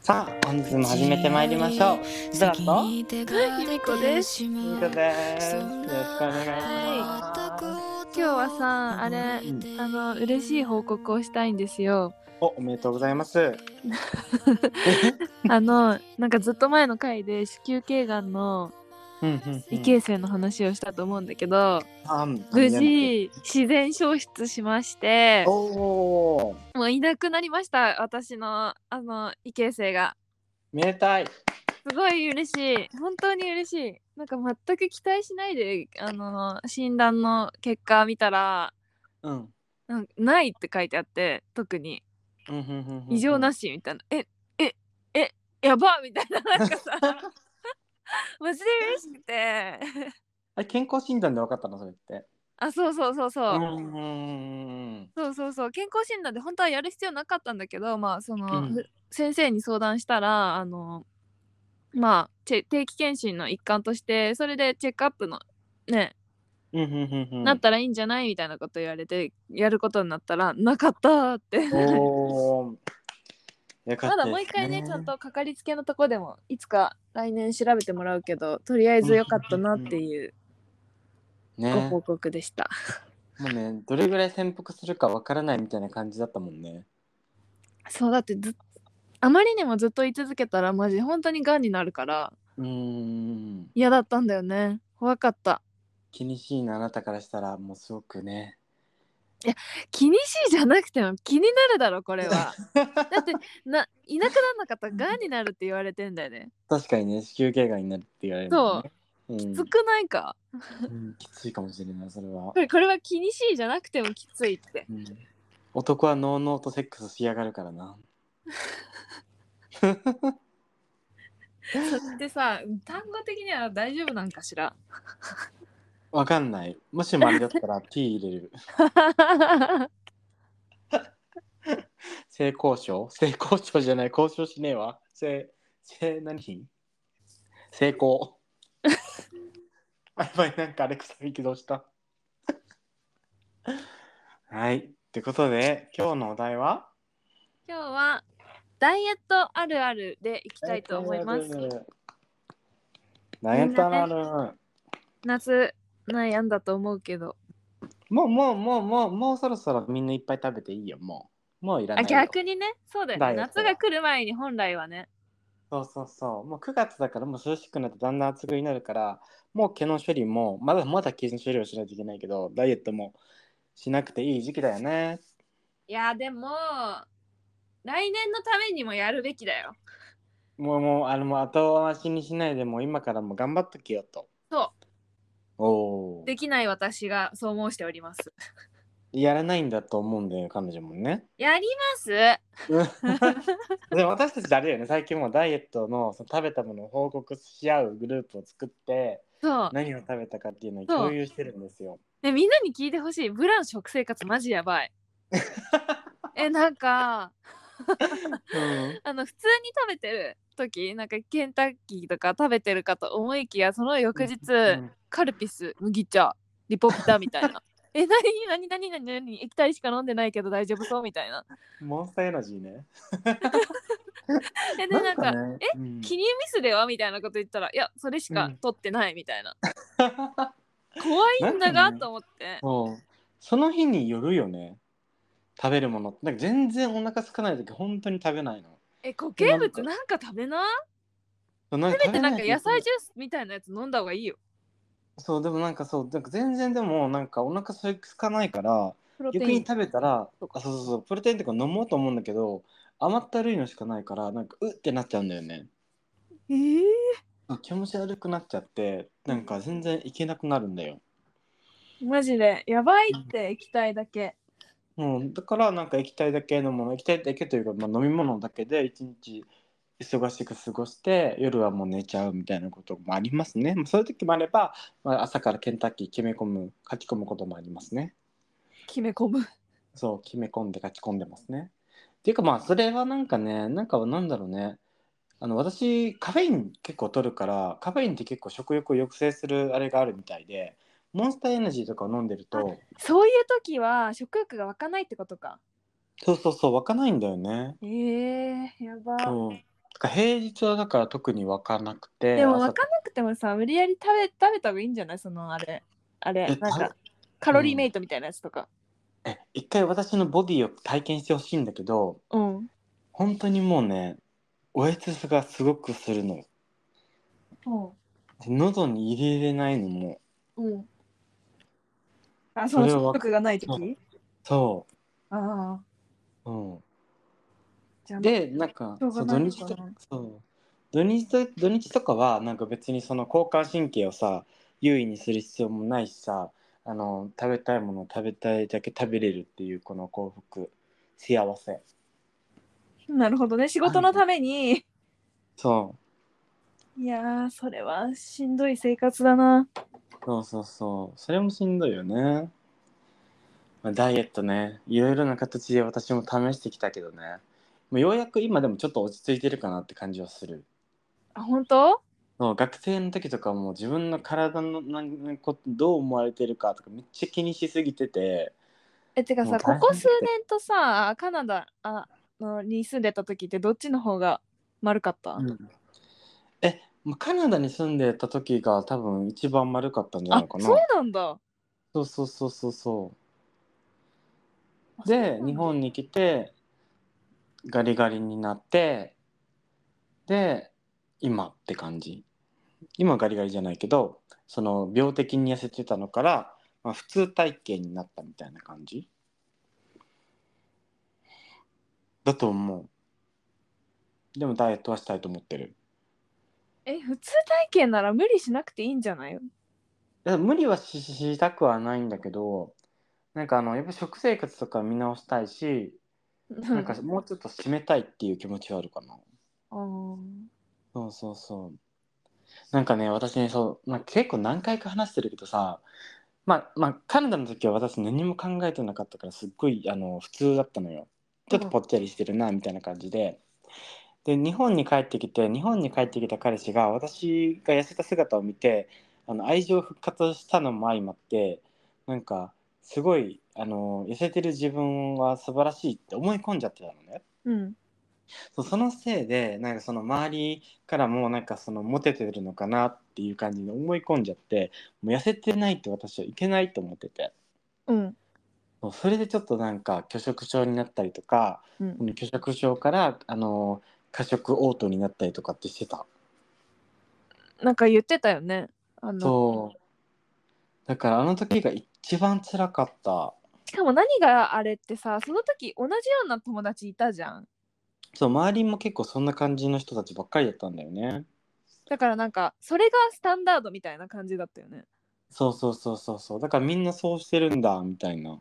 さあ、本日も始めてまいりましょう。スタートひみこですミカです。よろしくお願いします。今日はさあれうんあの嬉しい報告をしたいんです よお、おめでとうございます。あのなんかずっと前の回で子宮頸がんのうんうん異形成の話をしたと思うんだけど、無無。事自然消失しましておおー、もういなくなりました私のあの異形成がめでたい。すごい嬉しい本当に嬉しいなんか全く期待しないであの診断の結果見たらうん。なんかないって書いてあって特にうんうんうんうん異常な。しみたいな、えええやばみたいななんかさ マジで嬉しくてあれ、健康診断で分かったの、それって。あそうそうそうそう、うんうんうんそうそうそう健康診断で本当はやる必要なかったんだけどまあその、うんふ先生に相談したらあのまあチェ定期検診の一環としてそれでチェックアップのね、うん。うんうんうんうん。なったらいいんじゃないみたいなこと言われてやることになったらなかったっておお。よかったですね。まだもう一回ね、ちゃんとかかりつけのとこでも、いつか来年調べてもらうけど、とりあえず良かったなっていうね。ご報も告でした。うね、どれぐらい潜伏するか分からないみたいな感じだったもんね。そうだってずっ、あまりにもずっと言い続けたら、マジ本当に癌になるから、うーん。嫌だったんだよね。怖かった。気にしいなあなたからしたらもうすごくね気にしいじゃなくても気になるだろ、こ れは。だって、な、いなくならなかったら癌になるって言われてんだよね。確かにね子宮頸がんになるって言われるもんね、うんつくないか。うんきついかもしれないそれはこ、れこれは気にしいじゃなくてもきついって。うん男はノーノーとセックスしやがるからなでさ、単語的には大丈夫なんかしら。 わかんないもしもあれだったら P 入れる 性交渉性交渉じゃない交渉しねえわ性性何品性 交あやばいなんかアレクサが起動したはいってことで今日のお題は今日はダイエットあるあるでいきたいと思います。ダイエットあるある。夏悩んだと思うけど、もうもうもうもうもうそろそろみんないっぱい食べていいよもう。もういらなあいよ。逆にね、そうだよダイね。エットは夏が来る前に本来はね、そうそうそう。もう9月だからもう涼しくなってだんだん暑くになるから、もう毛の処理もまだまだ毛の処理をしないといけないけど、ダイエットもしなくていい時期だよね。いやでも来年のためにもやるべきだよ。もうもうあのもう後回しにしないでもう今からもう頑張っときよと。そおおう。できない私がそう申しております。やらないんだと思うんだよ彼女もね。やります。でも私たちあれよね最近もうダイエットのその食べたものを報告し合うグループを作ってそう。何を食べたかっていうのをそう共有してるんですよ。ねみんなに聞いてほしい。ブラン食生活マジやばい。えなんかうんあの普通に食べてる時なんかケンタッキーとか食べてるかと思いきやその翌日、うんカルピス麦茶リポピタみたいな え何何何何何液体しか飲んでないけど大丈夫そうみたいなモンスターエナジーね。えでなんかね、え、うん、記入ミスではみたいなこと言ったらいやそれしかうん取ってないみたいな、怖いんだながんかねと思って そうその日によるよね食べるものってなんか全然お腹空かない時本当に食べないの。え固形なんか物なんか食べなそうなんか食べてなんか食べい野菜ジュースみたいなやつ飲んだ方がいいよそうでもなんかそうなんか全然でもなんかお腹空かないからプロテ逆イにン食べたらとかあそうそうそうプロテインとか飲もうと思うんだけど甘ったるいのしかないからなんかうってなっちゃうんだよねえー気持ち悪くなっちゃってなんか全然いけなくなるんだよマジでやばいって液体だけうん、だからなんか液体だけ飲むもの液体だけというか、まあ、飲み物だけで一日忙しく過ごして夜はもう寝ちゃうみたいなこともありますね、まあ、そういう時もあれば、まあ、朝からケンタッキー決め込む書き込むこともありますね決め込むそう決め込んで書き込んでますねっていうかまあそれはなんかねなんかなんだろうねあの私カフェイン結構取るからカフェインって結構食欲を抑制するあれがあるみたいでモンスターエナジーとかを飲んでるとそういう時は食欲が湧かないってことか。そうそうそう湧かないんだよねえー、やば。そうだから平日はだから特に分かんなくてでも朝分かんなくてもさ無理やり食べ食べた方がいいんじゃないそのあれあれえなん食べかカロリーメイトみたいなやつとかえ一回私のボディを体験してほしいんだけどうん、本当にもうねおえつがすごくするのようんで喉に入れれないのもうんあそそれのは食欲がないうん時そあう、あうん、じゃあでなんかしょうそう土がないの日かなとそう土日と土日とかはなんか別にその交感神経をさ優位にする必要もないしさあの食べたいものを食べたいだけ食べれるっていうこの幸福幸せなるほどね仕事のためにそういやーそれはしんどい生活だなそうそうそう。それもしんどいよね。まあ、ダイエットね。いろいろな形で私も試してきたけどね。もうようやく今でもちょっと落ち着いてるかなって感じはする。あ本当もう学生の時とかも自分の体の何何ことどう思われてるかとかめっちゃ気にしすぎてて。えてかもうさ大こ変こ数年とさカナダあのに住んでた時ってどっちの方が丸かった、え、もうカナダに住んでた時が多分一番丸かったんじゃなあいかな。そうなんだそうそうそうそうそう。あそうなでんだ日本に来てガリガリになってで今って感じ今ガリガリじゃないけどその病的に痩せてたのから、まあ、普通体型になったみたいな感じだと思うでもダイエットはしたいと思ってるえ普通体験なら無理しなくていいんじゃないいや無理はししたくはないんだけどなんかあのやっぱ食生活とか見直したいしななんかもうちょっと締めたいっていう気持 ちはあるかな、あーそうそうそう。なんかね、私ね、そう、まあ、結構何回か話してるけどさ、まあ、まあ、カナダの時は私何も考えてなかったから、すっごい、あの、普通だったのよ。ちょっとぽっちゃりしてるな、みたいな感じで。で、日本に帰ってきて、日本に帰ってきた彼氏が、私が痩せた姿を見て、あの、愛情復活したのも相まって、なんか、すごい、あの、痩せてる自分は素晴らしいって思い込んじゃってたのね。うんそうそのせいでなんかその周りからもなんかそのモテてるのかなっていう感じで思い込んじゃってもう痩せてないと私はいけないと思っててうんそうそれでちょっとなんか拒食症になったりとかうんその拒食症からあの過食嘔吐になったりとかってしてたなんか言ってたよねあのそうだからあの時が一番辛かったしかも何があれってさその時同じような友達いたじゃんそう周りも結構そんな感じの人たちばっかりだったんだよねだからなんかそれがスタンダードみたいな感じだったよねそうそうそうそうそうだからみんなそうしてるんだみたいな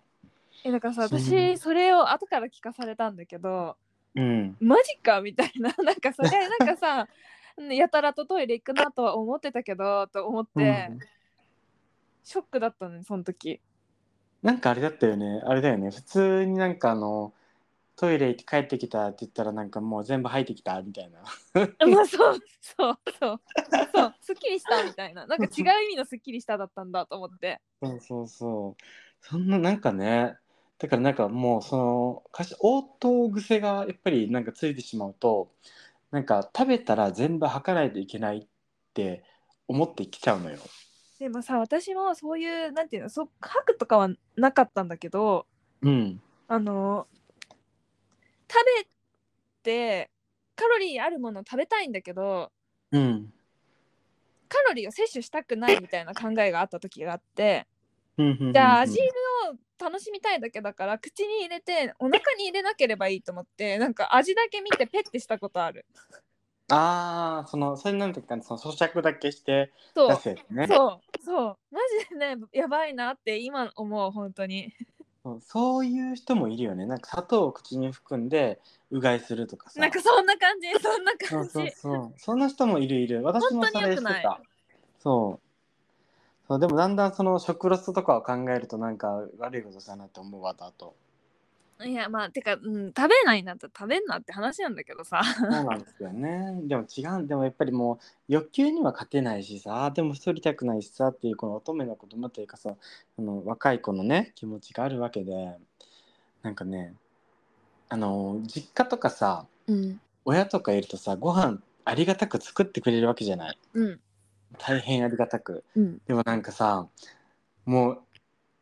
えだからさそう私それを後から聞かされたんだけどうんマジかみたいな なんかそ れなんかさやたらとトイレ行くなとは思ってたけどと思って、うんショックだったねその時なんかあれだったよね。あれだよね。普通になんかあの、トイレ行って帰ってきたって言ったらなんかもう全部入ってきたみたいな。まあそうそうそうそうすっきりしたみたいななんか違う意味のすっきりしただったんだと思ってそうそうそう。そんななんかね、だからなんかもうその、かし応答癖がやっぱりなんかついてしまうと、なんか食べたら全部吐かないといけないって思ってきちゃうのよ。でもさ私もそういうなんていうのそう書くとかはなかったんだけどうん。あの食べてカロリーあるものを食べたいんだけどうん。カロリーを摂取したくないみたいな考えがあった時があってうんじゃうんあ味を楽しみたいだけだから口に入れてお腹に入れなければいいと思ってなんか味だけ見てペッてしたことあるああ、その、それなんていうか、その咀嚼だけしてそう出せるね。そうそうマジでねやばいなって今思う本当にそうそういう人もいるよね。なんか砂糖を口に含んでうがいするとかさ。なんかそんな感じそんなそう感じそうそう。そんな人もいるいる。私も本そ当にれ良してくないた。そう。そうでもだんだんその食ロスとかを考えるとなんか悪いことしたなって思うわだと。いやまあてか、うん、食べないなって食べんなって話なんだけどさそうなんですよね。 でも違う。でもやっぱりもう欲求には勝てないしさ、でも太りたくないしさっていうこの乙女の子供というかさ、あの若い子のね気持ちがあるわけで、なんかね、あの実家とかさ、うん親とかいるとさご飯ありがたく作ってくれるわけじゃないうん大変ありがたくうんでもなんかさもう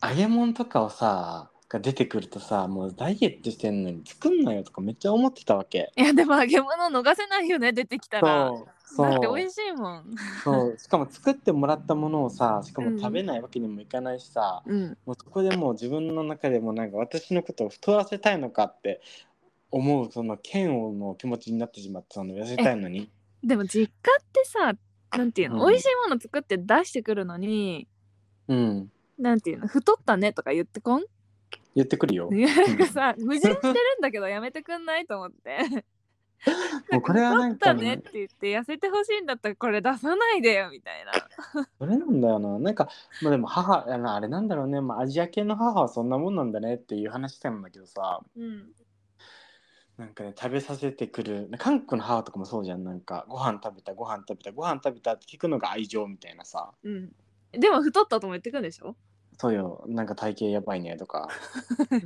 揚げ物とかをさが出てくるとさもうダイエットしてんのに作んなよとかめっちゃ思ってたわけいやでも揚げ物逃せないよね出てきたらそうだそって美う味しいもんそうしかも作ってもらったものをさしかも食べないわけにもいかないしさ、うんもうそこでもう自分の中でもなんか私のことを太らせたいのかって思うその嫌悪の気持ちになってしまってその痩せたいのにでも実家ってさなんていうの、うん美味しいもの作って出してくるのにうんなんていうの太ったねとか言ってこん言ってくるよ、なんかさ矛盾してるんだけどやめてくんないと思ってもうこれはなん太かったねっねて言って痩せてほしいんだったらこれ出さないでよみたいなそれなんだよななんかまあでも母あのあれなんだろうね、まあ、アジア系の母はそんなもんなんだねっていう話してたんだけどさうんなんかね食べさせてくる韓国の母とかもそうじゃんなんかご飯食べたご飯食べたご飯食べたって聞くのが愛情みたいなさうんでも太ったとも言ってくんでしょそうよなんか体型やばいねとか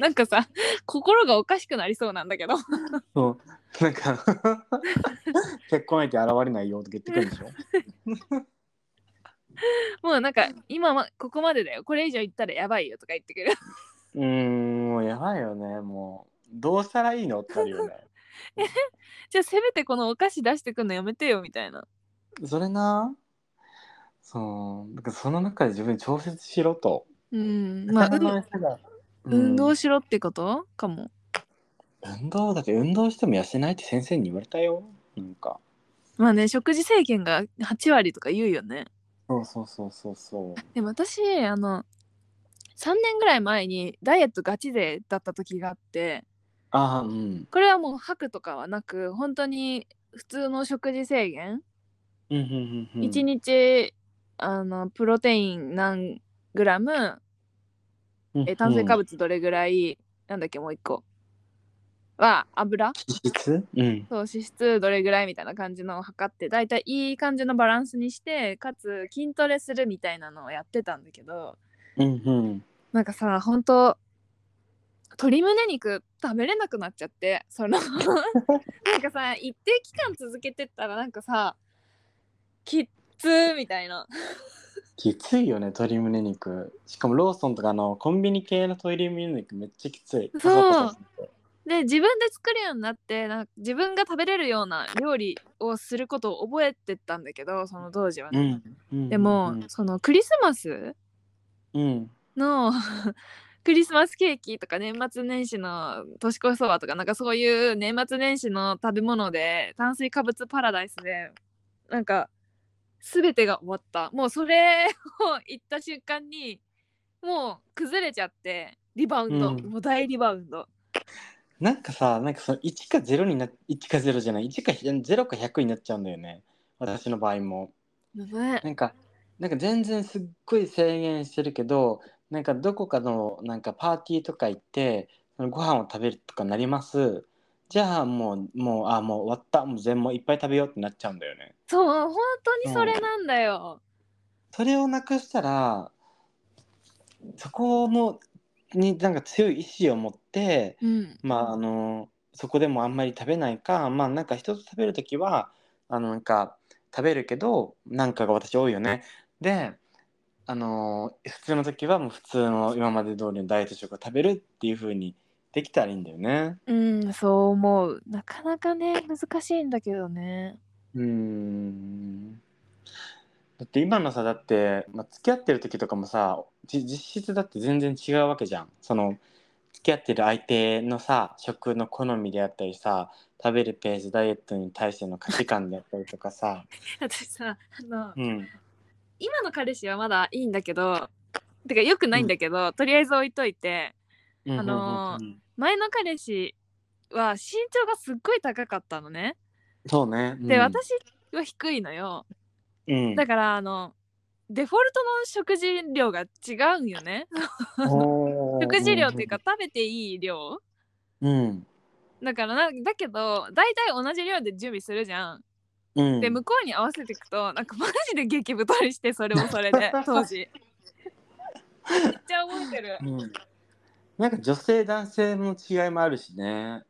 なんかさ心がおかしくなりそうなんだけど そうなんか 結婚相手現れないよとか言ってくるでしょもうなんか今はここまでだよこれ以上言ったらやばいよとか言ってくる うーんもうやばいよねもうどうしたらいいのってなるよねじゃあせめてこのお菓子出してくんのやめてよみたいなそれなそうだからその中で自分に調節しろと、うんまあ他の人が運運動うんしろってことかも運動だって運動しても痩せないって先生に言われたよなんかまあね食事制限が8割とか言うよねそうそうそうそうそうでも私あの3年ぐらい前にダイエットガチ勢だった時があってああうんこれはもう吐くとかはなく本当に普通の食事制限、うんうんうんうん1日あのプロテイン何グラムうんえ炭水化うん物どれぐらい、なんだっけもう一個は油脂質うんそう脂質どれぐらいみたいな感じのを測ってだいたいいい感じのバランスにしてかつ筋トレするみたいなのをやってたんだけどうんうんなんかさ本当鶏胸肉食べれなくなっちゃってそ のなんかさ一定期間続けてったらなんかさきっつーみたいなきついよね鶏胸肉しかもローソンとかのコンビニ系の鶏胸肉めっちゃきついそうパサパサしててで自分で作るようになってなんか自分が食べれるような料理をすることを覚えてったんだけどその当時はうね、んうんでも、そのクリスマスうんの クリスマスケーキとか年末年始の年越しそばとかなんかそういう年末年始の食べ物で炭水化物パラダイスでなんか全てが終わったもうそれを言った瞬間にもう崩れちゃってリバウンド、うんもう大リバウンドなんかさなんかその1か0にな1か0じゃない1か0か100になっちゃうんだよね私の場合もやばいなんかなんか全然すっごい制限してるけどなんかどこかのなんかパーティーとか行ってそのご飯を食べるとかなりますじゃあもうもうあもう終わったもう全部いっぱい食べようってなっちゃうんだよねそう本当にそれなんだよ、それをなくしたらそこのになんか強い意志を持ってうん、まああのそこでもあんまり食べないかまあなんか人と食べる時はあのなんか食べるけどなんかが私多いよねであの普通の時はもう普通の今まで通りのダイエット食を食べるっていう風にできたらいいんだよねうん、そう思うなかなかね難しいんだけどねうーんだって今のさだって、まあ、付き合ってる時とかもさじ実質だって全然違うわけじゃんその付き合ってる相手のさ食の好みであったりさ食べるペースダイエットに対しての価値観であったりとかさ私さあ の、うん今の彼氏はまだいいんだけどてかよくないんだけど、とりあえず置いといてあのー前の彼氏は身長がすっごい高かったのねそうね、うんで、私は低いのようん、だからあのデフォルトの食事量が違うんよねおー食事量っていうか、食べていい量うんだからなだけど大体同じ量で準備するじゃんうん、で向こうに合わせていくとなんかマジで激太りしてそれもそ れで当時めっちゃ覚えてるうん、なんか女性男性の違いもあるしね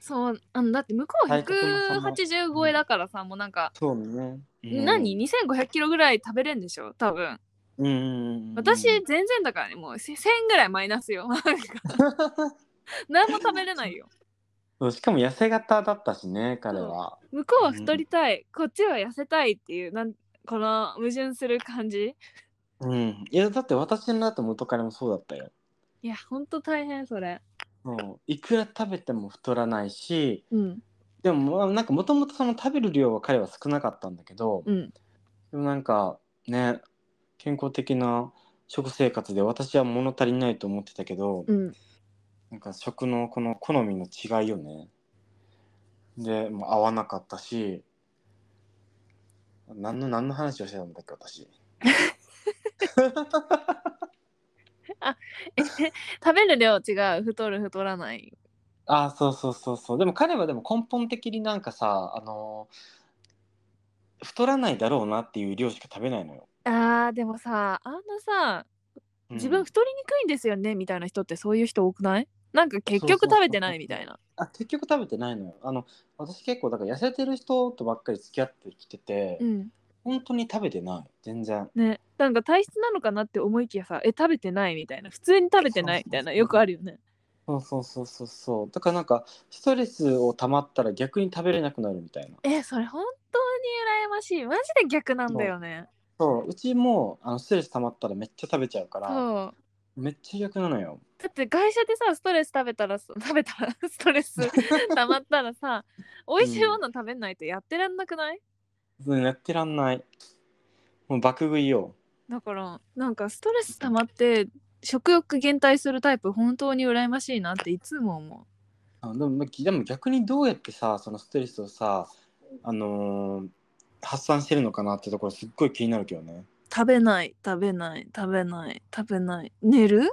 そうあのだって向こう体格も180超えだからさもうなんか、そうね。うん何2500キロぐらい食べれんでしょ多分うんうんうんうん。私全然だからねもう1000ぐらいマイナスよなんか何も食べれないよそう しかも痩せ型だったしね、彼は。向こうは太りたい、こっちは痩せたいっていうなんこの矛盾する感じうん。いや、だって私のだって元彼もそうだったよ。いやほんと大変それうんいくら食べても太らないし、うんでもまあなんかもともとその食べる量は彼は少なかったんだけど、うんでもなんかね、健康的な食生活で私は物足りないと思ってたけど、うんなんか食のこの好みの違いよね。で、もう合わなかったし、何の何の話をしてたんだっけ、私。食べる量違う太る太らないああ、そうそうそうそう。でも彼はでも根本的になんかさ、あのー太らないだろうなっていう量しか食べないのよ。あーでもさあのさうん自分太りにくいんですよね、みたいな人ってそういう人多くないなんか結局食べてないみたいなあ結局食べてないのよ。あの私結構だから痩せてる人とばっかり付き合ってきてて、うん本当に食べてない全然。ねなんか体質なのかなって思いきやさえ食べてないみたいな普通に食べてないみたいなよくあるよねそうそうそうそうそう。だからなんかストレスを溜まったら逆に食べれなくなるみたいな。えそれ本当に羨ましいマジで逆なんだよねそううちもあのストレス溜まったらめっちゃ食べちゃうからそうめっちゃ逆なのよ。だって会社でさストレス食べたらさ食べたら ストレス溜まったらさ美味しいもの食べないとやってらんなくない、そうやってらんない。もう爆食いよ。だからなんかストレス溜まって食欲減退するタイプ本当に羨ましいなっていつも思あでもまでも逆にどうやってさそのストレスをさあのー発散してるのかなってところすっごい気になるけどね。う食べない食べない食べない食べない寝る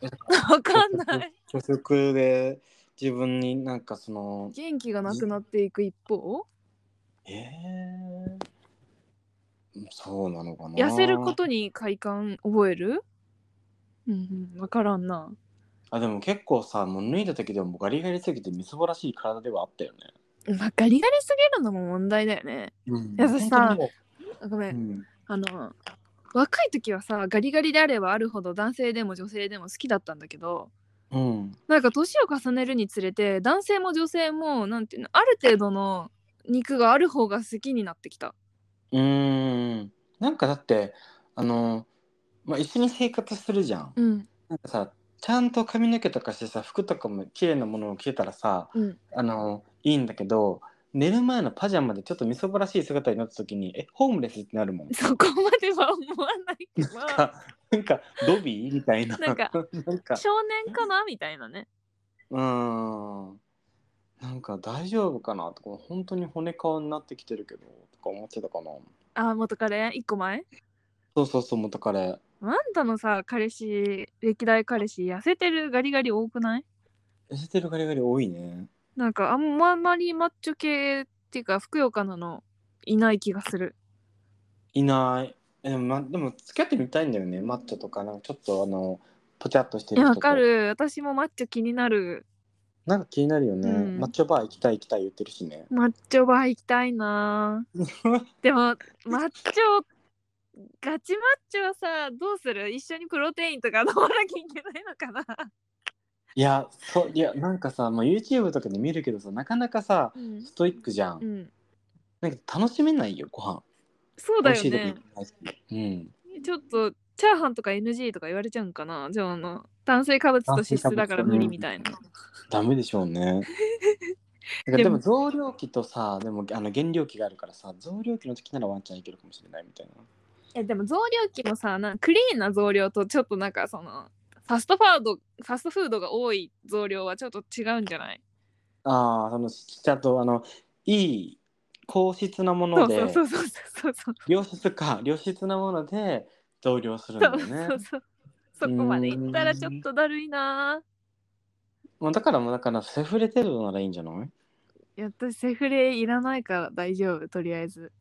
わかん ない虚食で自分になんかその元気がなくなっていく一方えーそうなのかな痩せることに快感覚えるうんうん分からんなあでも結構さもう脱いだ時でもガリガリすぎてみすぼらしい体ではあったよね、まあガリガリすぎるのも問題だよねうんいや私さあごめんう、ん、あの若い時はさガリガリであればあるほど男性でも女性でも好きだったんだけどうん、なんか年を重ねるにつれて男性も女性もなんていうのある程度の肉がある方が好きになってきたうーんなんかだってあの、まあ、一緒に生活するじゃん、うんなんかさちゃんと髪の毛とかしてさ服とかも綺麗なものを着てたらさうんあのいいんだけど寝る前のパジャマでちょっとみそぼらしい姿になった時にえホームレスってなるもんそこまでは思わないけどなんかなんかドビーみたいななんかなんか少年かなみたいなねうーんなんか大丈夫かなとか本当に骨顔になってきてるけどとか思ってたかなあー元彼一個前そうそうそう元彼あんたのさ彼氏歴代彼氏痩せてるガリガリ多くない痩せてるガリガリ多いねなんかあんまあんまりマッチョ系っていうかふくよかなのいない気がするいないえでも,、ま、でも付き合ってみたいんだよねマッチョとかなんかちょっとあのぽちゃっとしている人やわとかる私もマッチョ気になるなんか気になるよね、うんマッチョバー行きたい行きたい言ってるしねマッチョバー行きたい なぁでもマッチョガチマッチョはさどうする一緒にプロテインとか飲まなきゃいけないのかな、いやそういやなんかさ、まあ、YouTube とかで見るけどさなかなかさうんストイックじゃん、なんか楽しめないよご飯そう美だ味しよい時ねもないしうんちょっとチャーハンとか NG とか言われちゃうんかなじゃああの炭水化物と脂質だから無理みたいな、ダメでしょう ねだからでも増量期とさでもあの減量期があるからさ増量期の時ならワンちゃんいけるかもしれないみたいなえでも増量期もさなんかクリーンな増量とちょっとなんかそのファストファードファストフードが多い増量はちょっと違うんじゃないああそのちゃんとあのいい硬質なもそのうでそうそうそうそうそう良質か良質なもので増量するんだそようねそうそうそこまでいったらちょっとだるいなもうだからもうだからセフレ程度ならいいんじゃないいや私セフレいらないから大丈夫とりあえず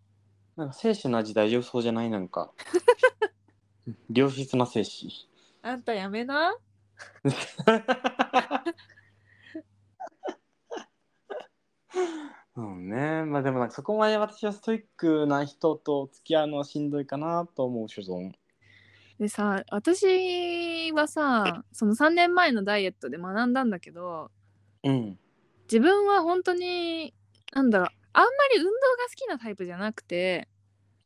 なんか精子の味大丈夫そうじゃないなん か良質な精子あんたやめなうんね。まあでもなんかそこまで私はストイックな人と付き合うのはしんどいかなと思う所存。でさ私はさその3年前のダイエットで学んだんだけどうん。自分は本当になんだろうあんまり運動が好きなタイプじゃなくて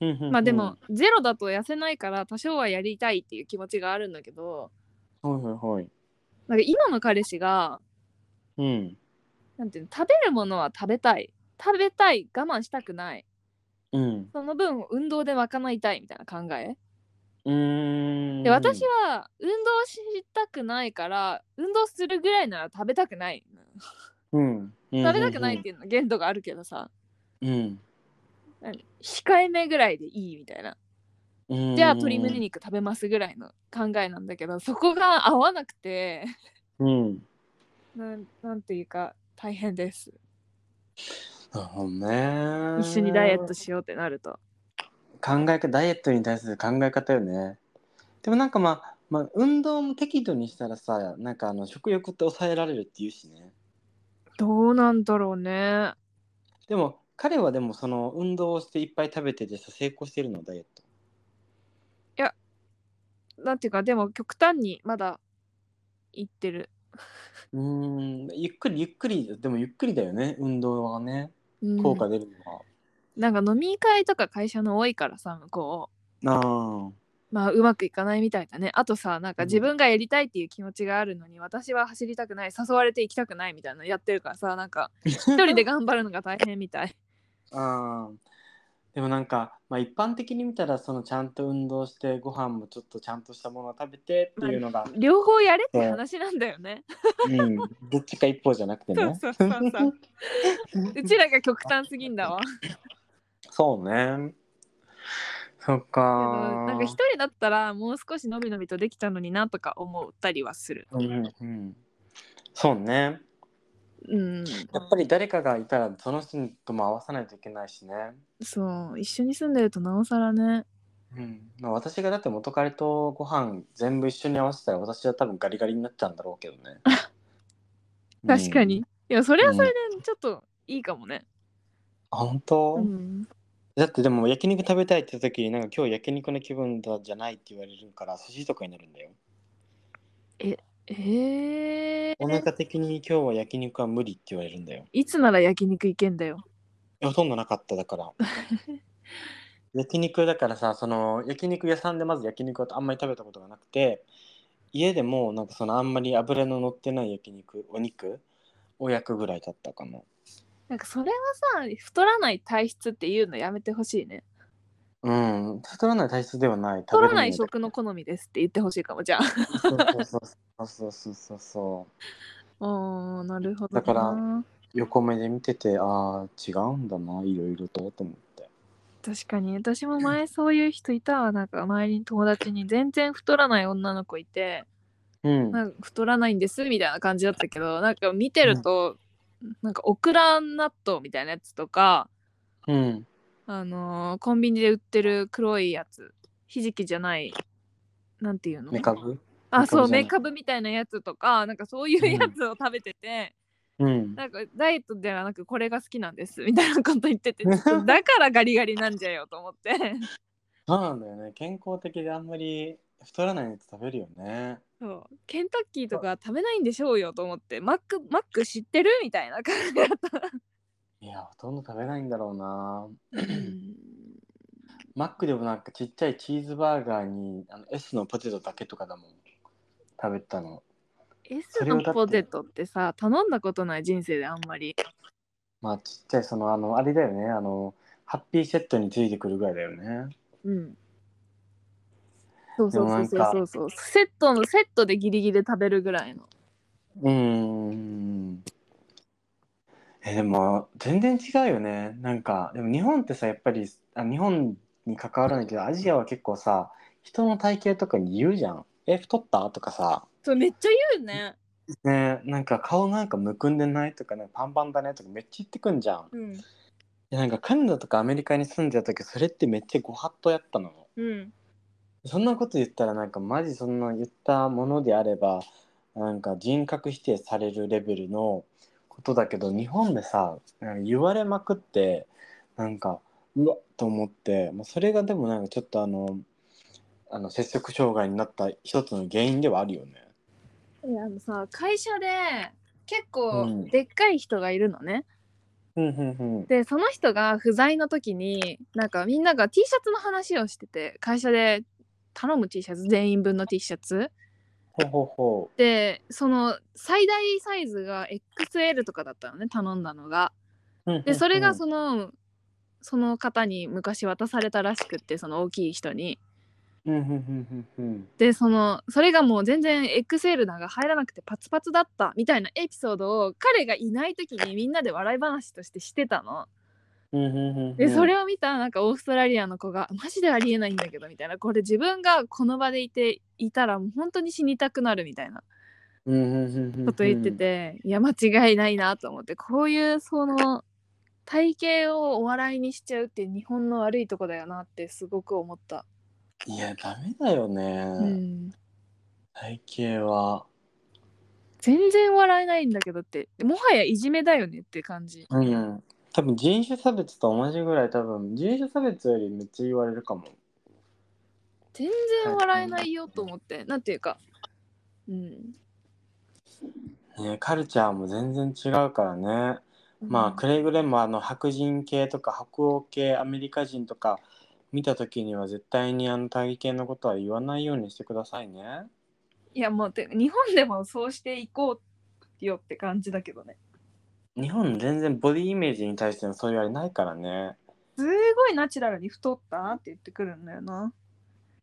うんうんまあでも、ゼロだと痩せないから多少はやりたいっていう気持ちがあるんだけどうん。はいはいはい。なんか今の彼氏がうん。なんていうの食べるものは食べたい食べたい我慢したくないうん。その分運動で賄いたいみたいな考えうーん。で私は運動したくないから運動するぐらいなら食べたくないうん、うん。食べたくないっていうの限度があるけどさうん。何控えめぐらいでいいみたいなうん。じゃあ鶏胸肉食べますぐらいの考えなんだけどそこが合わなくて うん。なんなんていうか大変ですなるほどね。一緒にダイエットしようってなると考えかダイエットに対する考え方よねでもなんかまあ、まあ、運動も適度にしたらさなんかあの食欲って抑えられるっていうしねどうなんだろうねでも彼はでもその運動をしていっぱい食べててさ成功してるのダイエットなんていうかでも極端にまだいってるうーんゆっくりゆっくりでもゆっくりだよね運動はねうん効果出るのは、なんか飲み会とか会社の多いからさ向こうなあまあうまくいかないみたいだねあとさなんかうん自分がやりたいっていう気持ちがあるのに、私は走りたくない誘われて行きたくないみたいなのやってるからさなんか一人で頑張るのが大変み たいあーでもなんか、まあ、一般的に見たらそのちゃんと運動してご飯もちょっとちゃんとしたものを食べてっていうのが、両方やれって話なんだよねうん、どっちか一方じゃなくてそうねそうそうそううちらが極端すぎんだ わそうね。そっでかも。なんか一人だったらもう少しのびのびとできたのになとか思ったりはするうんうん。そうね。うんやっぱり誰かがいたらその人とも合わさないといけないしね。そう一緒に住んでるとなおさらねうん。まあ私がだって元彼とご飯全部一緒に合わせたら私は多分ガリガリになっちゃうんだろうけど ね。確かに、うん。いやそれはそれでちょっといいかもね、あ本当、うん、だってでも焼肉食べたいって言った時になんか今日焼肉の気分だじゃないって言われるから寿司とかになるんだよ。ええお腹的に今日は焼肉は無理って言われるんだよ。いつなら焼肉行けんだよ。いやほとんどなかっただから 焼肉だからさその焼肉屋さんでまず焼肉をあんまり食べたことがなくて家でもなんかそのあんまり油の乗ってない焼肉お肉を焼くぐらいだったかななんかそれはさ、太らない体質っていうのやめてほしいね。うん太らない体質ではない太らない食食の好みですって言ってほしいか も、じゃあ。そうそうそうそうそうそうそうおー、なるほどな。だから横目で見ててああ違うんだないろいろとと思って確かに、私も前そういう人いたわ。なんか周りに友達に全然太らない女の子いて、うんなんか太らないんですみたいな感じだったけど、なんか見てると、なんかオクラ納豆みたいなやつとか、うんあのーコンビニで売ってる黒いやつ、ひじきじゃない、なんていうのメカブあそうメメカカブみたいなやつとかなんかそういうやつを食べてて、うんなんかダイエットではなくこれが好きなんですみたいなこと 言っててちょっとだからガリガリなんじゃよと思ってそうなんだよね健康的であんまり太らないやつ食べるよねそうケンタッキーとか食べないんでしょうよと思ってマックマック知ってるみたいな感じだ ったいや、ほとんど食べないんだろうな。うんマックでもなんかちっちゃいチーズバーガーにあの S のポテトだけとかだもん。食べたの。 S のポテトってさ頼んだことない人生であんまりまあちっちゃいそのあのあれだよね。あのハッピーセットについてくるぐらいだよね。うんそうそうそうそうそうそうセットのセットでギリギリで食べるぐらいのうーん。えでも全然違うよね。なんかでも日本ってさやっぱりあ日本に関わらないけどアジアは結構さ人の体型とかに言うじゃん。え太ったとかさ。それめっちゃ言うねねなんか顔なんかむくんでないとかなんかパンパンだねとかめっちゃ言ってくんじゃん。うんでなんかカナダとかアメリカに住んでた時それってめっちゃご法度やったのよ。うんそんなこと言ったらなんかマジそんな言ったものであればなんか人格否定されるレベルのこことだけど日本でさなんか言われまくってなんかうわっと思ってもうそれがでもなんかちょっとあのあの接触障害になった一つの原因ではあるよね。いやあのさ会社で結う構んでっかい人がいるのね、うんうんでその人が不在の時になんかみんなが T シャツの話をしてて会社で頼む T シャツ全員分の T シャツうん。ほうほうほでその最大サイズが XL とかだったのね頼んだのがううんうんうん。でそれがそのその方に昔渡されたらしくってその大きい人にうんうんうんうんうん。でそのそれがもう全然 XL なんか入らなくてパツパツだったみたいなエピソードを彼がいない時にみんなで笑い話としてしてたうんうの。んうんうん。でそれを見たなんかオーストラリアの子が「マジでありえないんだけど」みたいなこれ自分がこの場でいていたらもう本当に死にたくなるみたいなここと言って。て、いや間違いないなと思ってこういうその体型をお笑いにしちゃうって日本の悪いとこだよなってすごく思った。いやダメだようね。ん体型は。全然笑えないんだけどってもはやいじめだよねって感じうん。多分人種差別と同じぐらい多分人種差別よりめっちゃ言われるかも。全然笑えないよと思ってなんていうかうんねカルチャーも全然違うからね。まあくれぐれもあの白人系とか北欧系アメリカ人とか見た時には絶対にあの体型のことは言わないようにしてくださいね。いやもうて日本でもそうしていこうよって感じだけどね日本全然ボディイメージに対してのそういうあれないからね。すごいナチュラルに太ったって言ってくるんだよな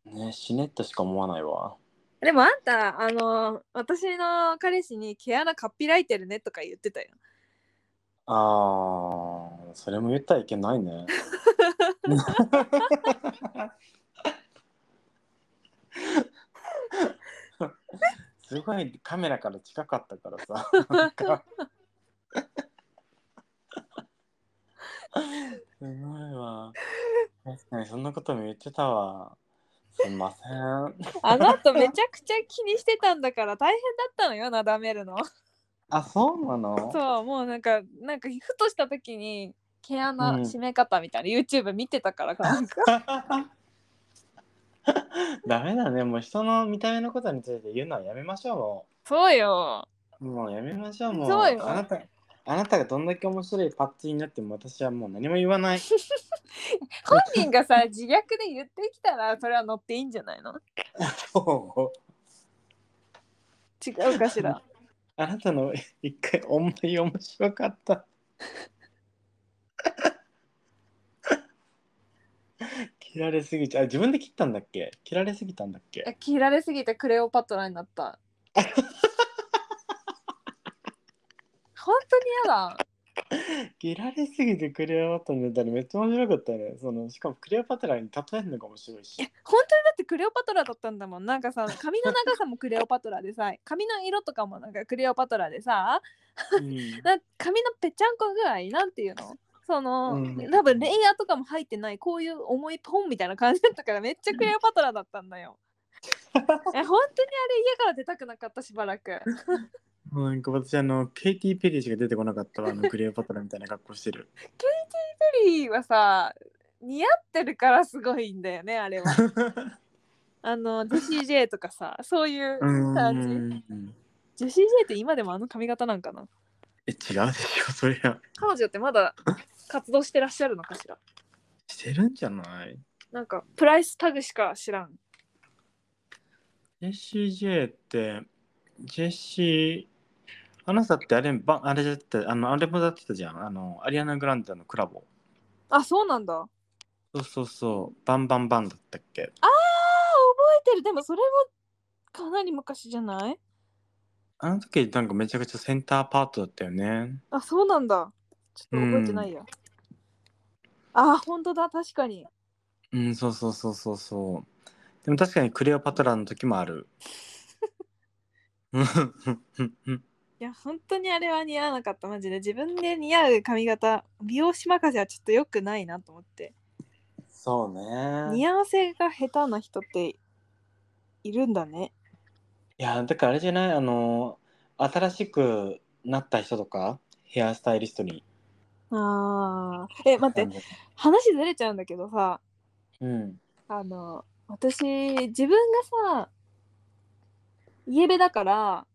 ねしねっとしか思わないわ。でもあんたあの私の彼氏に毛穴かっぴらいてるねとか言って たよあーそれも言ったらいけないね。すごいカメラから近かったからさ。なんかすごいわ。確かにそんなことも言ってたわ。すんません。あの人めちゃくちゃ気にしてたんだから大変だったのよなだめ るのあ、そうなのそうもうなんかなんかふとした時に毛穴うん締め方みたいな、YouTube 見てたか らなんかダメだね。もう人の見た目のことについて言うのはやめましょう。もそうようもうやめましょう。もうそうよあなたあなたがどんだけ面白いパッチになっても私はもう何も言わ ない。本人がさ自虐で言ってきたらそれは乗っていいんじゃないのそう違うか しらあなたの一回思い面白かった。 切られすぎちゃう。あ自分で切ったんだっけ切られすぎたんだっけ切られすぎてクレオパトラに なった本当に嫌だ切られすぎてクレオパトラになったらめっちゃ面白かったね。そのしかもクレオパトラに例えるのが面白い し。本当にだってクレオパトラだったんだもんなんかさ髪の長さもクレオパトラでさ髪の色とかもなんかクレオパトラでさ うんな髪のぺちゃんこ具合なんていうのその、うん多分レイヤーとかも入ってないこういう重いポンみたいな感じだったからめっちゃクレオパトラだったん だよ。え本当にあれ家から出たくなかったしばらく。もうなんか私あのケイティ・ペリーしか出てこなかったわあのクレオパトラみたいな格好してるペリーはさ似合ってるからすごいんだよねあれ は。あのジェシー・ジェイとかさそういううー感じ。んジェシー・ジェイって今でもあの髪型なんかな え違うでしょそりゃ彼女ってまだ活動してらっしゃるのかしらしてるんじゃないなんかプライスタグしか知らん。ジェシー・ジェイってジェシーあなたってあればあれだってあのあれもだってたじゃんあのアリアナ・グランデのクラボあそうなんだ。あそうそうそうバンバンバンだったっけあ覚えてるでもそれもかなり昔じゃないあの時なんかめちゃくちゃセンターパートだったよねあそうなんだちょっと覚えてないや、あ本当だ確かにうんそうそうそうそうそうでも確かにクレオパトラの時もあるうんいや本当にあれは似合わなかったマジで自分で似合う髪型美容師任せはちょっと良くないなと思って そうね。似合わせが下手な人っているんだねいやだからあれじゃないあの新しくなった人とかヘアスタイリストに。あーえ待って話ずれちゃうんだけどさうん。あの私自分がさ家出だから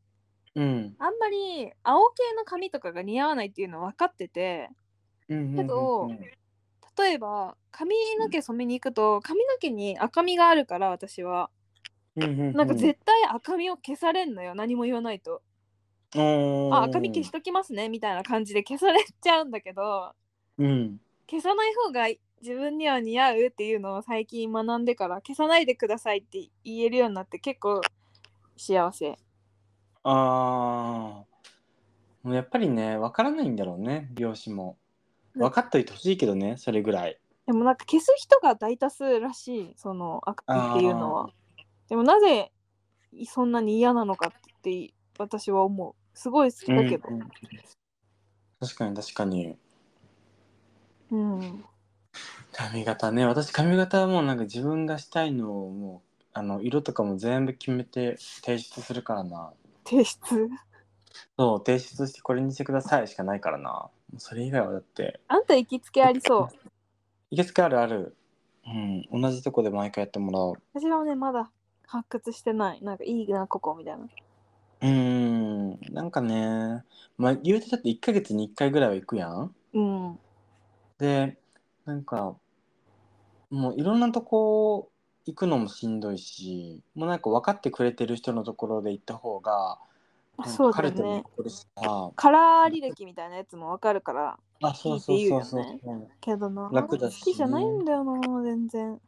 うん。あんまり青系の髪とかが似合わないっていうの分かっててうん。けどうん例えば髪の毛染めに行くと髪の毛に赤みがあるから私はうん、なんか絶対赤みを消されんのよ何も言わないとうん、あ赤み消しときますねみたいな感じで消されちゃうんだけどうん。消さない方が自分には似合うっていうのを最近学んでから消さないでくださいって言えるようになって結構幸せああ。やっぱりね、わからないんだろうね、美容師も。うん分かっといてほしいけどね、それぐらい。でもなんか消す人が大多数らしいその赤みっていうのはでもなぜそんなに嫌なのかって私は思うすごい好きだけどうんうん確かに確かに。うん髪型ね、私髪型はもうなんか自分がしたいのをもう、あの、色とかも全部決めて提出するからな。提出 そう、提出してこれにしてくださいしかないからな。もうそれ以外はだって、あんた行きつけありそう行きつけあるある。うん、同じとこで毎回やってもらおう。私はねまだ発掘してないなんかいいなここみたいなうーん、なんかね、まあ、言うてだって1ヶ月に1回ぐらいは行くやん。うんで、なんか、もういろんなとこ行くのもしんどいし、もうなんか分かってくれてる人のところで行った方が、あそうだ彼ともね来るしさ、カラー履歴みたいなやつもわかるからあ、そうそうそうそう。いいけどな楽だし好きじゃないんだよな全然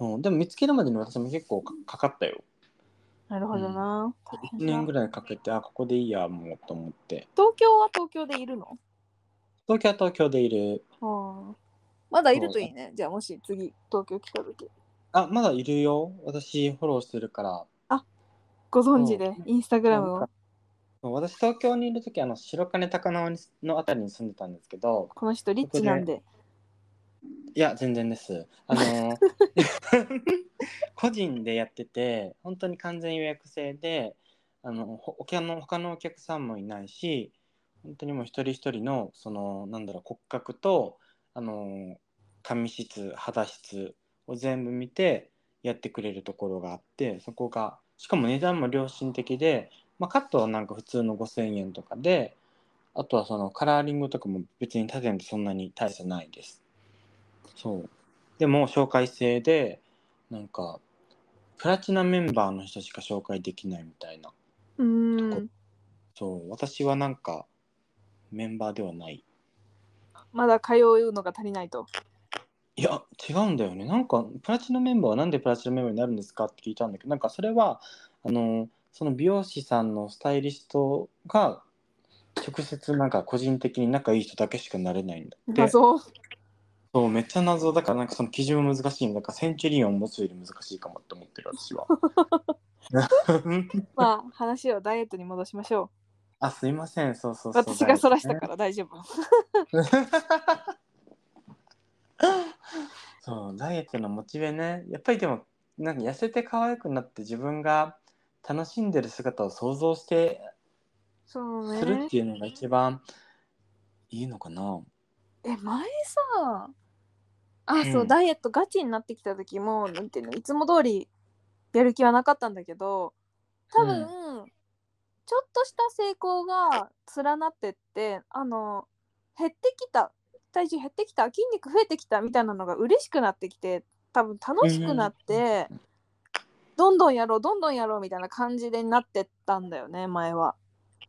うん、でも見つけるまでに私も結構かかかったよ。なるほどな、大1変だ年ぐらいかけて、あ、ここでいいや、もうと思って。東京は東京でいるの東京は東京でいる。ああまだいるといいねじゃあもし次東京来た時あ、まだいるよ。私フォローしてるから。ご存知でインスタグラムなんをか私東京にいる時あの白金高輪にのあたりに住んでたんですけどこの人リッチなんでいや全然ですあの個人でやってて本当に完全予約制であのほ他の他のお客さんもいないし本当にもう一人一人のそのなんだろう骨格とあの髪質肌質を全部見てやってくれるところがあってそこがしかも値段も良心的で、まあ、カットはなんか普通の5,000円とかであとはそのカラーリングとかも別に他店とそんなに大差ないですそうでも紹介制でなんかプラチナメンバーの人しか紹介できないみたいなうーんそう私はなんかメンバーではないまだ通うのが足りないといや違うんだよねなんかプラチナメンバーはなんでプラチナメンバーになるんですかって聞いたんだけどなんかそれはあのその美容師さんのスタイリストが直接なんか個人的に仲いい人だけしかなれないんだって、画像そうめっちゃ謎だからなんかその基準も難しいんだからセンチュリオンを持つより難しいかもって思ってる私 は まあ話をダイエットに戻しましょうあすいませんそうそうそう私がそらしたから大丈夫。そうダイエットのモチベねやっぱりでもなんか痩せて可愛くなって自分が楽しんでる姿を想像してそうするねっ。ていうのが一番いいのかな、え前さあそう、うんダイエットガチになってきた時もなんていうのいつも通りやる気はなかったんだけど多分、うちょっとした成功が連なってってあの減ってきた体重減ってきた筋肉増えてきたみたいなのが嬉しくなってきて多分楽しくなって、どんどんやろうどんどんやろうみたいな感じでなってったんだよね前は。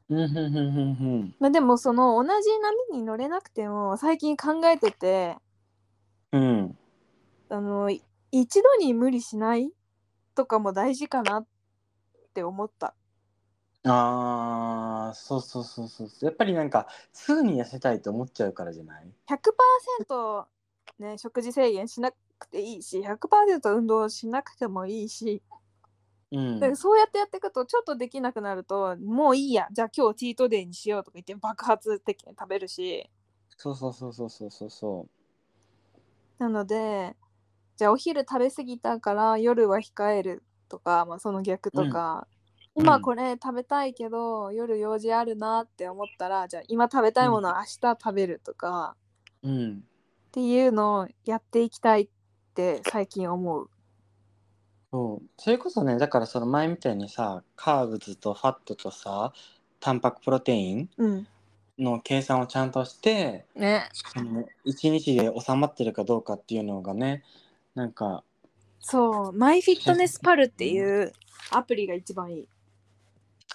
うんふんふんふんふんまあ、でもその同じ波に乗れなくても最近考えててうんあのい一度に無理しないとかも大事かなって思ったあーそうそうそうそうやっぱりなんかすぐに痩せたいと思っちゃうからじゃない100%、ね、食事制限しなくていいし100%運動しなくてもいいし、うんだからそうやってやっていくとちょっとできなくなるともういいやじゃあ今日チートデイにしようとか言って爆発的に食べるしそうそうそうそうそうそうそなのでじゃあお昼食べ過ぎたから夜は控えるとか、まあ、その逆とか、今これ食べたいけど、夜用事あるなって思ったらじゃあ今食べたいものは明日食べるとか、うんっていうのをやっていきたいって最近思う。そうそれこそねだからその前みたいにさカーブズとファットとさタンパクプロテインうん、の計算をちゃんとしてねその1日で収まってるかどうかっていうのがねなんかそう「マイフィットネスパル」っていうアプリが一番いい。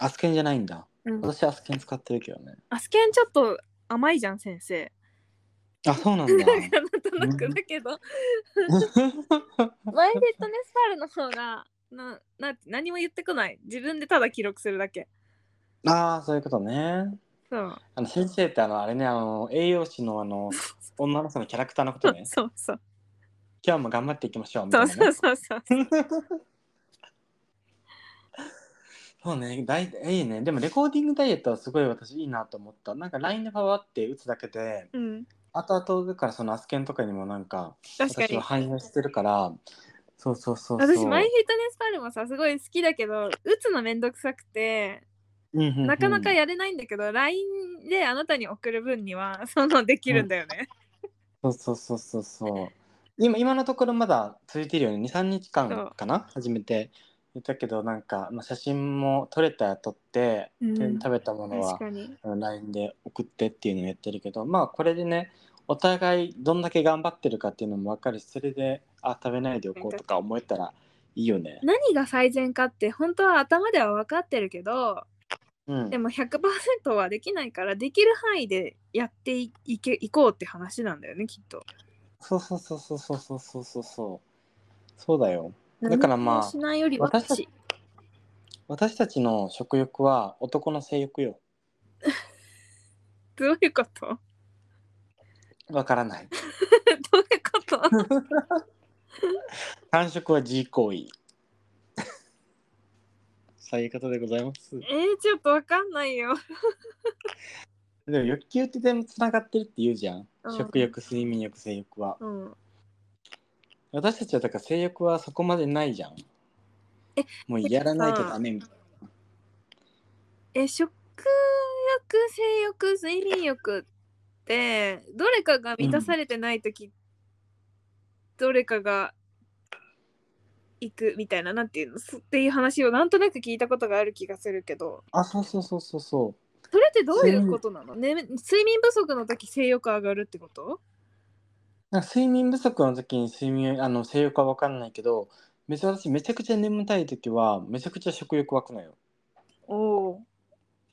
アスケンじゃないんだうん、私アスケン使ってるけどねアスケンちょっと甘いじゃん先生。あそうなんだなんとなくだけど、マイフィットネスパルの方がなな何も言ってこない自分でただ記録するだけ。ああそういうことねそうあの先生ってあのあれねあの栄養士のあの女の人のキャラクターの ことねそうそう今日も頑張っていきましょうみたそいうな、ね、そうそうそう。そうね、だいいいね。でもレコーディングダイエットはすごい私いいなと思った。なんか LINE でパワーって打つだけで、うん、後々だからそのアスケンとかにもなんか確か私には。反映してるから、そうそうそうそう。私マイフィットネスパルもさすごい好きだけど打つのめんどくさくてなかなかややれないんだけど、LINE であなたに送る分には そのできるんだよね。そうそうそうそうそう。今今のところまだ続いてるよね。2、3日間かな初めて言ったけど、なんか、まあ、写真も撮れたら撮って、うんで食べたものは確かに。あの LINE で送ってっていうのをやってるけどまあこれでねお互いどんだけ頑張ってるかっていうのも分かるしそれであ食べないでおこうとか思えたらいいよね。何が最善かって本当は頭では分かってるけどうんで、も100%はできないからできる範囲でやっていいけいこうって話なんだよねきっと。そうそうそうそうそうそうそうそうそうそうだよ。だからまあ何もしないよりは私たちし私たちの食欲は男の性欲よ。どういうこと どわからない。ういうこと 完食は自行為。 そういうことでございます。えー、ちょっと分かんないよ。でも欲求って全部つながってるって言うじゃん。うん食欲、睡眠欲、性欲は。うん、私たちはだから性欲はそこまでないじゃん。えもうやらないとダメみたいえ食欲性欲睡眠欲ってどれかが満たされてない時、どれかが行くみたいななんていうのそっていう話をなんとなく聞いたことがある気がするけどな。あ、そうそうそうそうそそれってどういうことなの、ね、睡眠不足の時性欲上がるってことう。なんか睡眠不足の時に睡眠あの性欲は分かんないけど、めちゃ私めちゃくちゃ眠たい時はめちゃくちゃ食欲湧くのよ。おお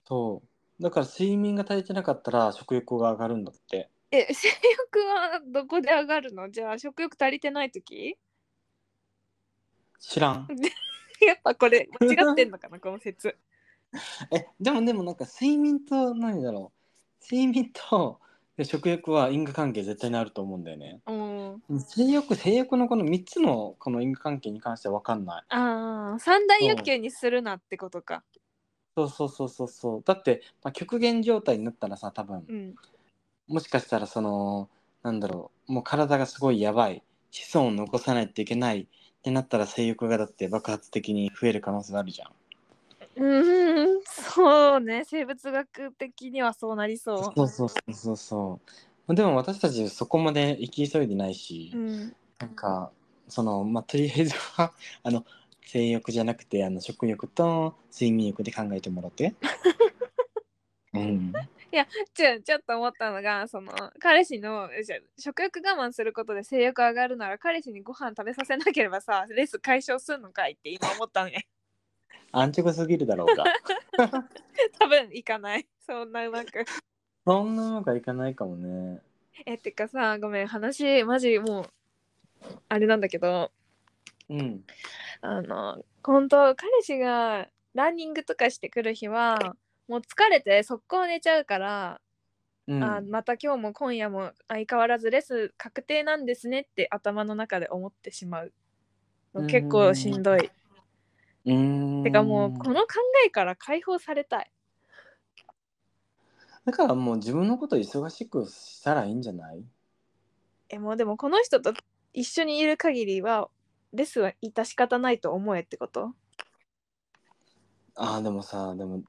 そう。だから睡眠が足りてなかったら食欲が上がるんだって。え性欲はどこで上がるのじゃあ食欲足りてない時知らん。 やっぱこれ間違ってんのかなこの説え、でもでもなんか睡眠と何だろう。睡眠と食欲は因果関係絶対にあると思うんだよね。 うん性欲、性欲のこの3つのこの因果関係に関しては分かんない。ああ三大欲求にするなってことか。そうそうそうそうそうだって、まあ、極限状態になったらさ多分うん。もしかしたらそのなんだろうもう体がすごいやばい子孫を残さないといけないってなったら性欲がだって爆発的に増える可能性があるじゃんうん、 そうね生物学的にはそうなりそそうそうそうそうそうでも私たちそこまで行き急いでないし、う。うん。なんかそのまあとりあえずは あの性欲じゃなくてあの食欲と睡眠欲で考えてもらって うんちょちょっと思ったのがその彼氏のじゃ食欲我慢することで性欲上がるなら彼氏にご飯食べさせなければさレス解消するのかいって今思ったのね。 安直すぎるだろうが多分いかないそんなうまく。そんなのがいかないかもね。えてかさごめん話マジもうあれなんだけどうん。あの本当彼氏がランニングとかしてくる日はもう疲れて速攻寝ちゃうから、うん、あまた今日も今夜も相変わらずレス確定なんですねって頭の中で思ってしまううん結構しんどい、うーんてかもうこの考えから解放されたいだからもう自分のこと忙しくしたらいいんじゃないえもうでもこの人と一緒にいる限りはレスは致し方ないと思えってことああでもさでも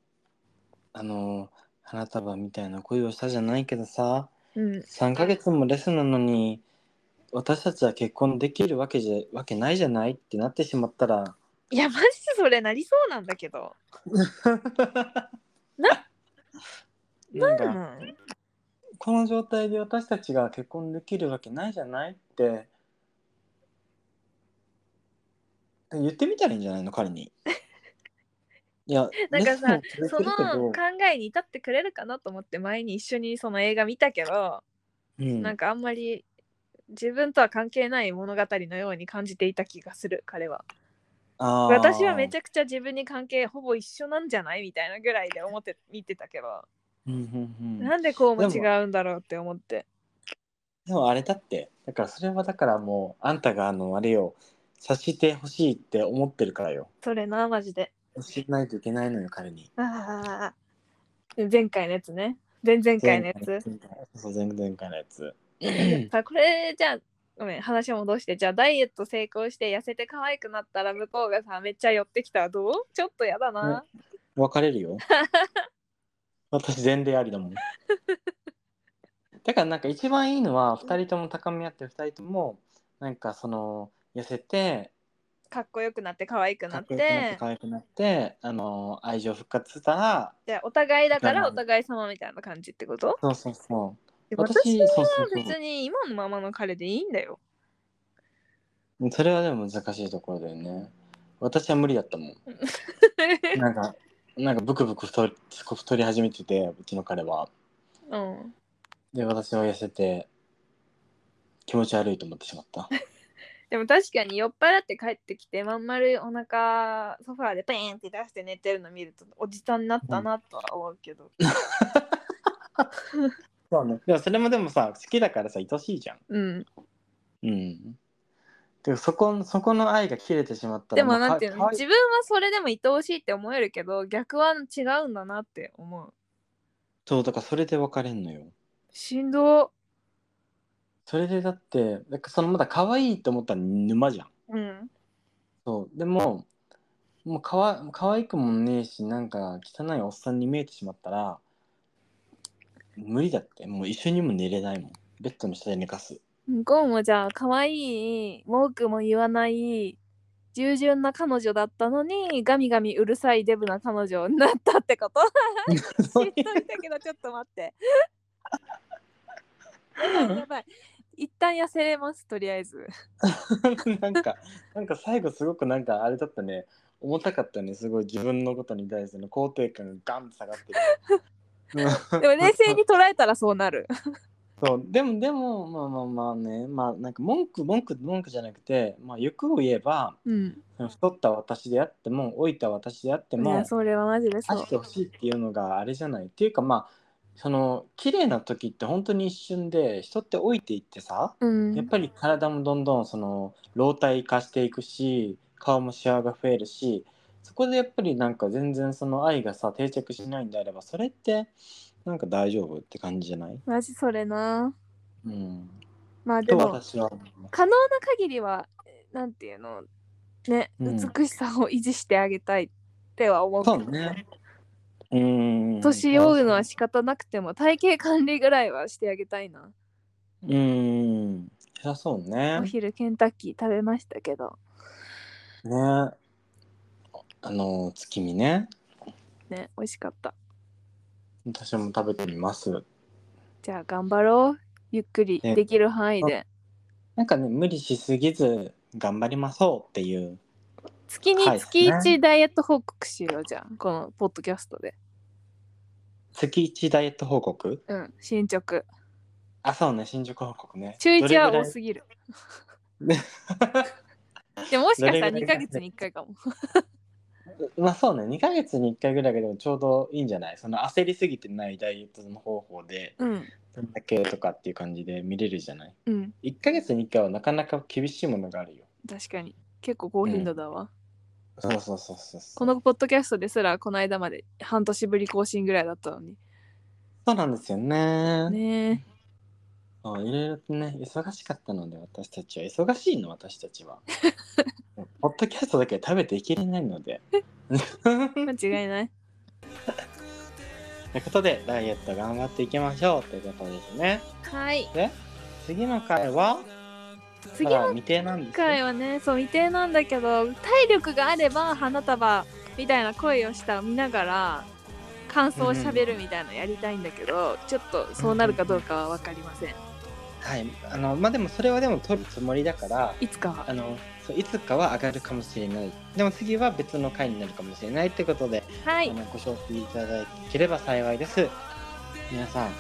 あの花束みたいな恋をしたじゃないけどさうん3ヶ月もレスなのに私たちは結婚できるわけじゃわけないじゃないってなってしまった らいやマジでそれなりそうなんだけどなんうかんこの状態で私たちが結婚できるわけないじゃないって言ってみたらいいんじゃないの彼 に。いや、なんかさレッスンもそ続いてるけのど考えに至ってくれるかなと思って前に一緒にその映画見たけど、うん、なんかあんまり自分とは関係ない物語のように感じていた気がする彼は私はめちゃ、ゃくちゃ自分に関係ほぼ一緒なんじゃないみたいなぐらいで思って見てたけど、うんうんうんなんでこうもで違もうんだろうって思ってでもあれだってだからそれはだからもうあんたがあのあれよ察してほしいって思ってるから よそれなマジで知らないといけないのよ彼に。ああ前回のやつね前々回のやつ前回そう前々回のや つ。さこれじゃあごめん話を戻してじゃあダイエット成功して痩せて可愛くなったら向こうがさめっちゃ寄ってきたらどうちょっとやだな、別れる よ私前例ありだもんだからなんか一番いいのは2人とも高め合って2人ともなんかその痩せてかっこよくなって可愛かくなっっこよくなってて可愛くなってあの愛情復活したらじゃあお互いだからだおな互い様みたいな感じってことそうそうそう私そうはそうそ別に今のままの彼でいいんだようそれはでも難しいところだよね私は無理だ ったもんなんかなんかブクブク太り太り始めててうちの彼は うんで私は痩せて気持ち悪いと思ってしまったでも確かに酔っ払って帰ってきてまん丸いお腹ソファーでペーンって出して寝てるの見るとおじさんになったなとは思うけど、そうね。でもそれもでもさ、好きだからさ、愛しいじゃん。うん、うん。でもそこ、そこの愛が切れてしまったら。でもなんていうかのわい自分はそれでも愛おしいって思えるけど逆は違うんだなって思うそう、だからそれで別れんのよ。しんどそれでだって、だからそのまだ可愛いって思ったら沼じゃん。うんそう。でも、もうかわ可愛くもねえし、なんか汚いおっさんに見えてしまったら、無理だって。もう一緒にも寝れないもん。ベッドの下で寝 かす。向こうもじゃあ可愛い文句も言わない従順な彼女だったのにガミガミうるさいデブな彼女になったってこと しんどいんだけどちょっと待って やばいやばい一旦痩せれますとりあえず なんか、なんか最後すごくなんかあれだったね。重たかったね。すごい自分のことに対しての肯定感がガンって下がって る。うんでも冷静に捉えたらそうなるそうでもでもまあまあまあねまあなんか文句文句文句じゃなくてまあ欲を言えばうん太った私であっても老いた私であっていやもそれはマジでそ愛うしてほしいっていうのがあれじゃないっていうかまあその綺麗な時って本当に一瞬で人って老いていってさうんやっぱり体もどんどんその老体化していくし顔もシワが増えるしそこでやっぱりなんか全然その愛がさ定着しないんであればそれってなんか大丈夫って感じじゃない、マジそれなうん、まあでとも私は思います可能な限りはえなんていうのね、うん美しさを維持してあげたいっては思うけそどうねうん年酔うのは仕方なくても体型管理ぐらいはしてあげたいな、うん偉そうねお昼ケンタッキー食べましたけどねあの月見ねね美味しかった私も食べてみますじゃあ頑張ろうゆっくりねできる範囲でなんかね無理しすぎず頑張りましょうっていう月にはい月ですね1ダイエット報告しようじゃんこのポッドキャストで月一ダイエット報告うん進捗あ、そうね、新宿報告ね。中1はど多れすぎるぐらい でももしかしたらどれぐ2らヶい月に1回かもまあそうね、2ヶ月に1回ぐらいがでもちょうどいいんじゃないその焦りすぎてないダイエットの方法で、うんどんだけとかっていう感じで見れるじゃないうん ?1 ヶ月に1回はなかなか厳しいものがあるよ。確かに結構高頻度だわ、そうそうそうそうそこう。のポッドキャストですらこの間まで半年ぶり更新ぐらいだったのにそうなんですよね。ねそういろいろとね、忙しかったので、私た ちは。忙しいの、私たちは。ポッドキャストだけは食べていけれないので。間違いないということでダイエット頑張っていきましょうということですね。はいで次の回は次まだの未定なんで今す、ね回、はねそう未定なんだけど体力があれば花束みたいな声をした見ながら感想をしゃべるみたいなのやりたいんだけど、ちょっとそうなるかどうかは分かりません、はいあのまあでもそれはでも取るつもりだからいつかはあのそういつかは上がるかもしれないでも次は別の回になるかもしれないということで、はいあのご紹介いただければ幸いです皆さん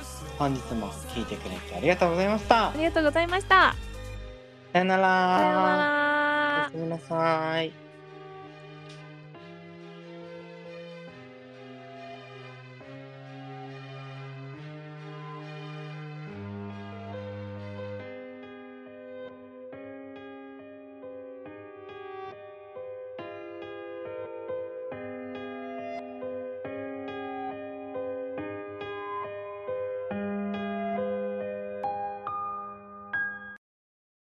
本日も聞いてくれてありがとうございましたありがとうございましたさよならさようなおらやすみなさい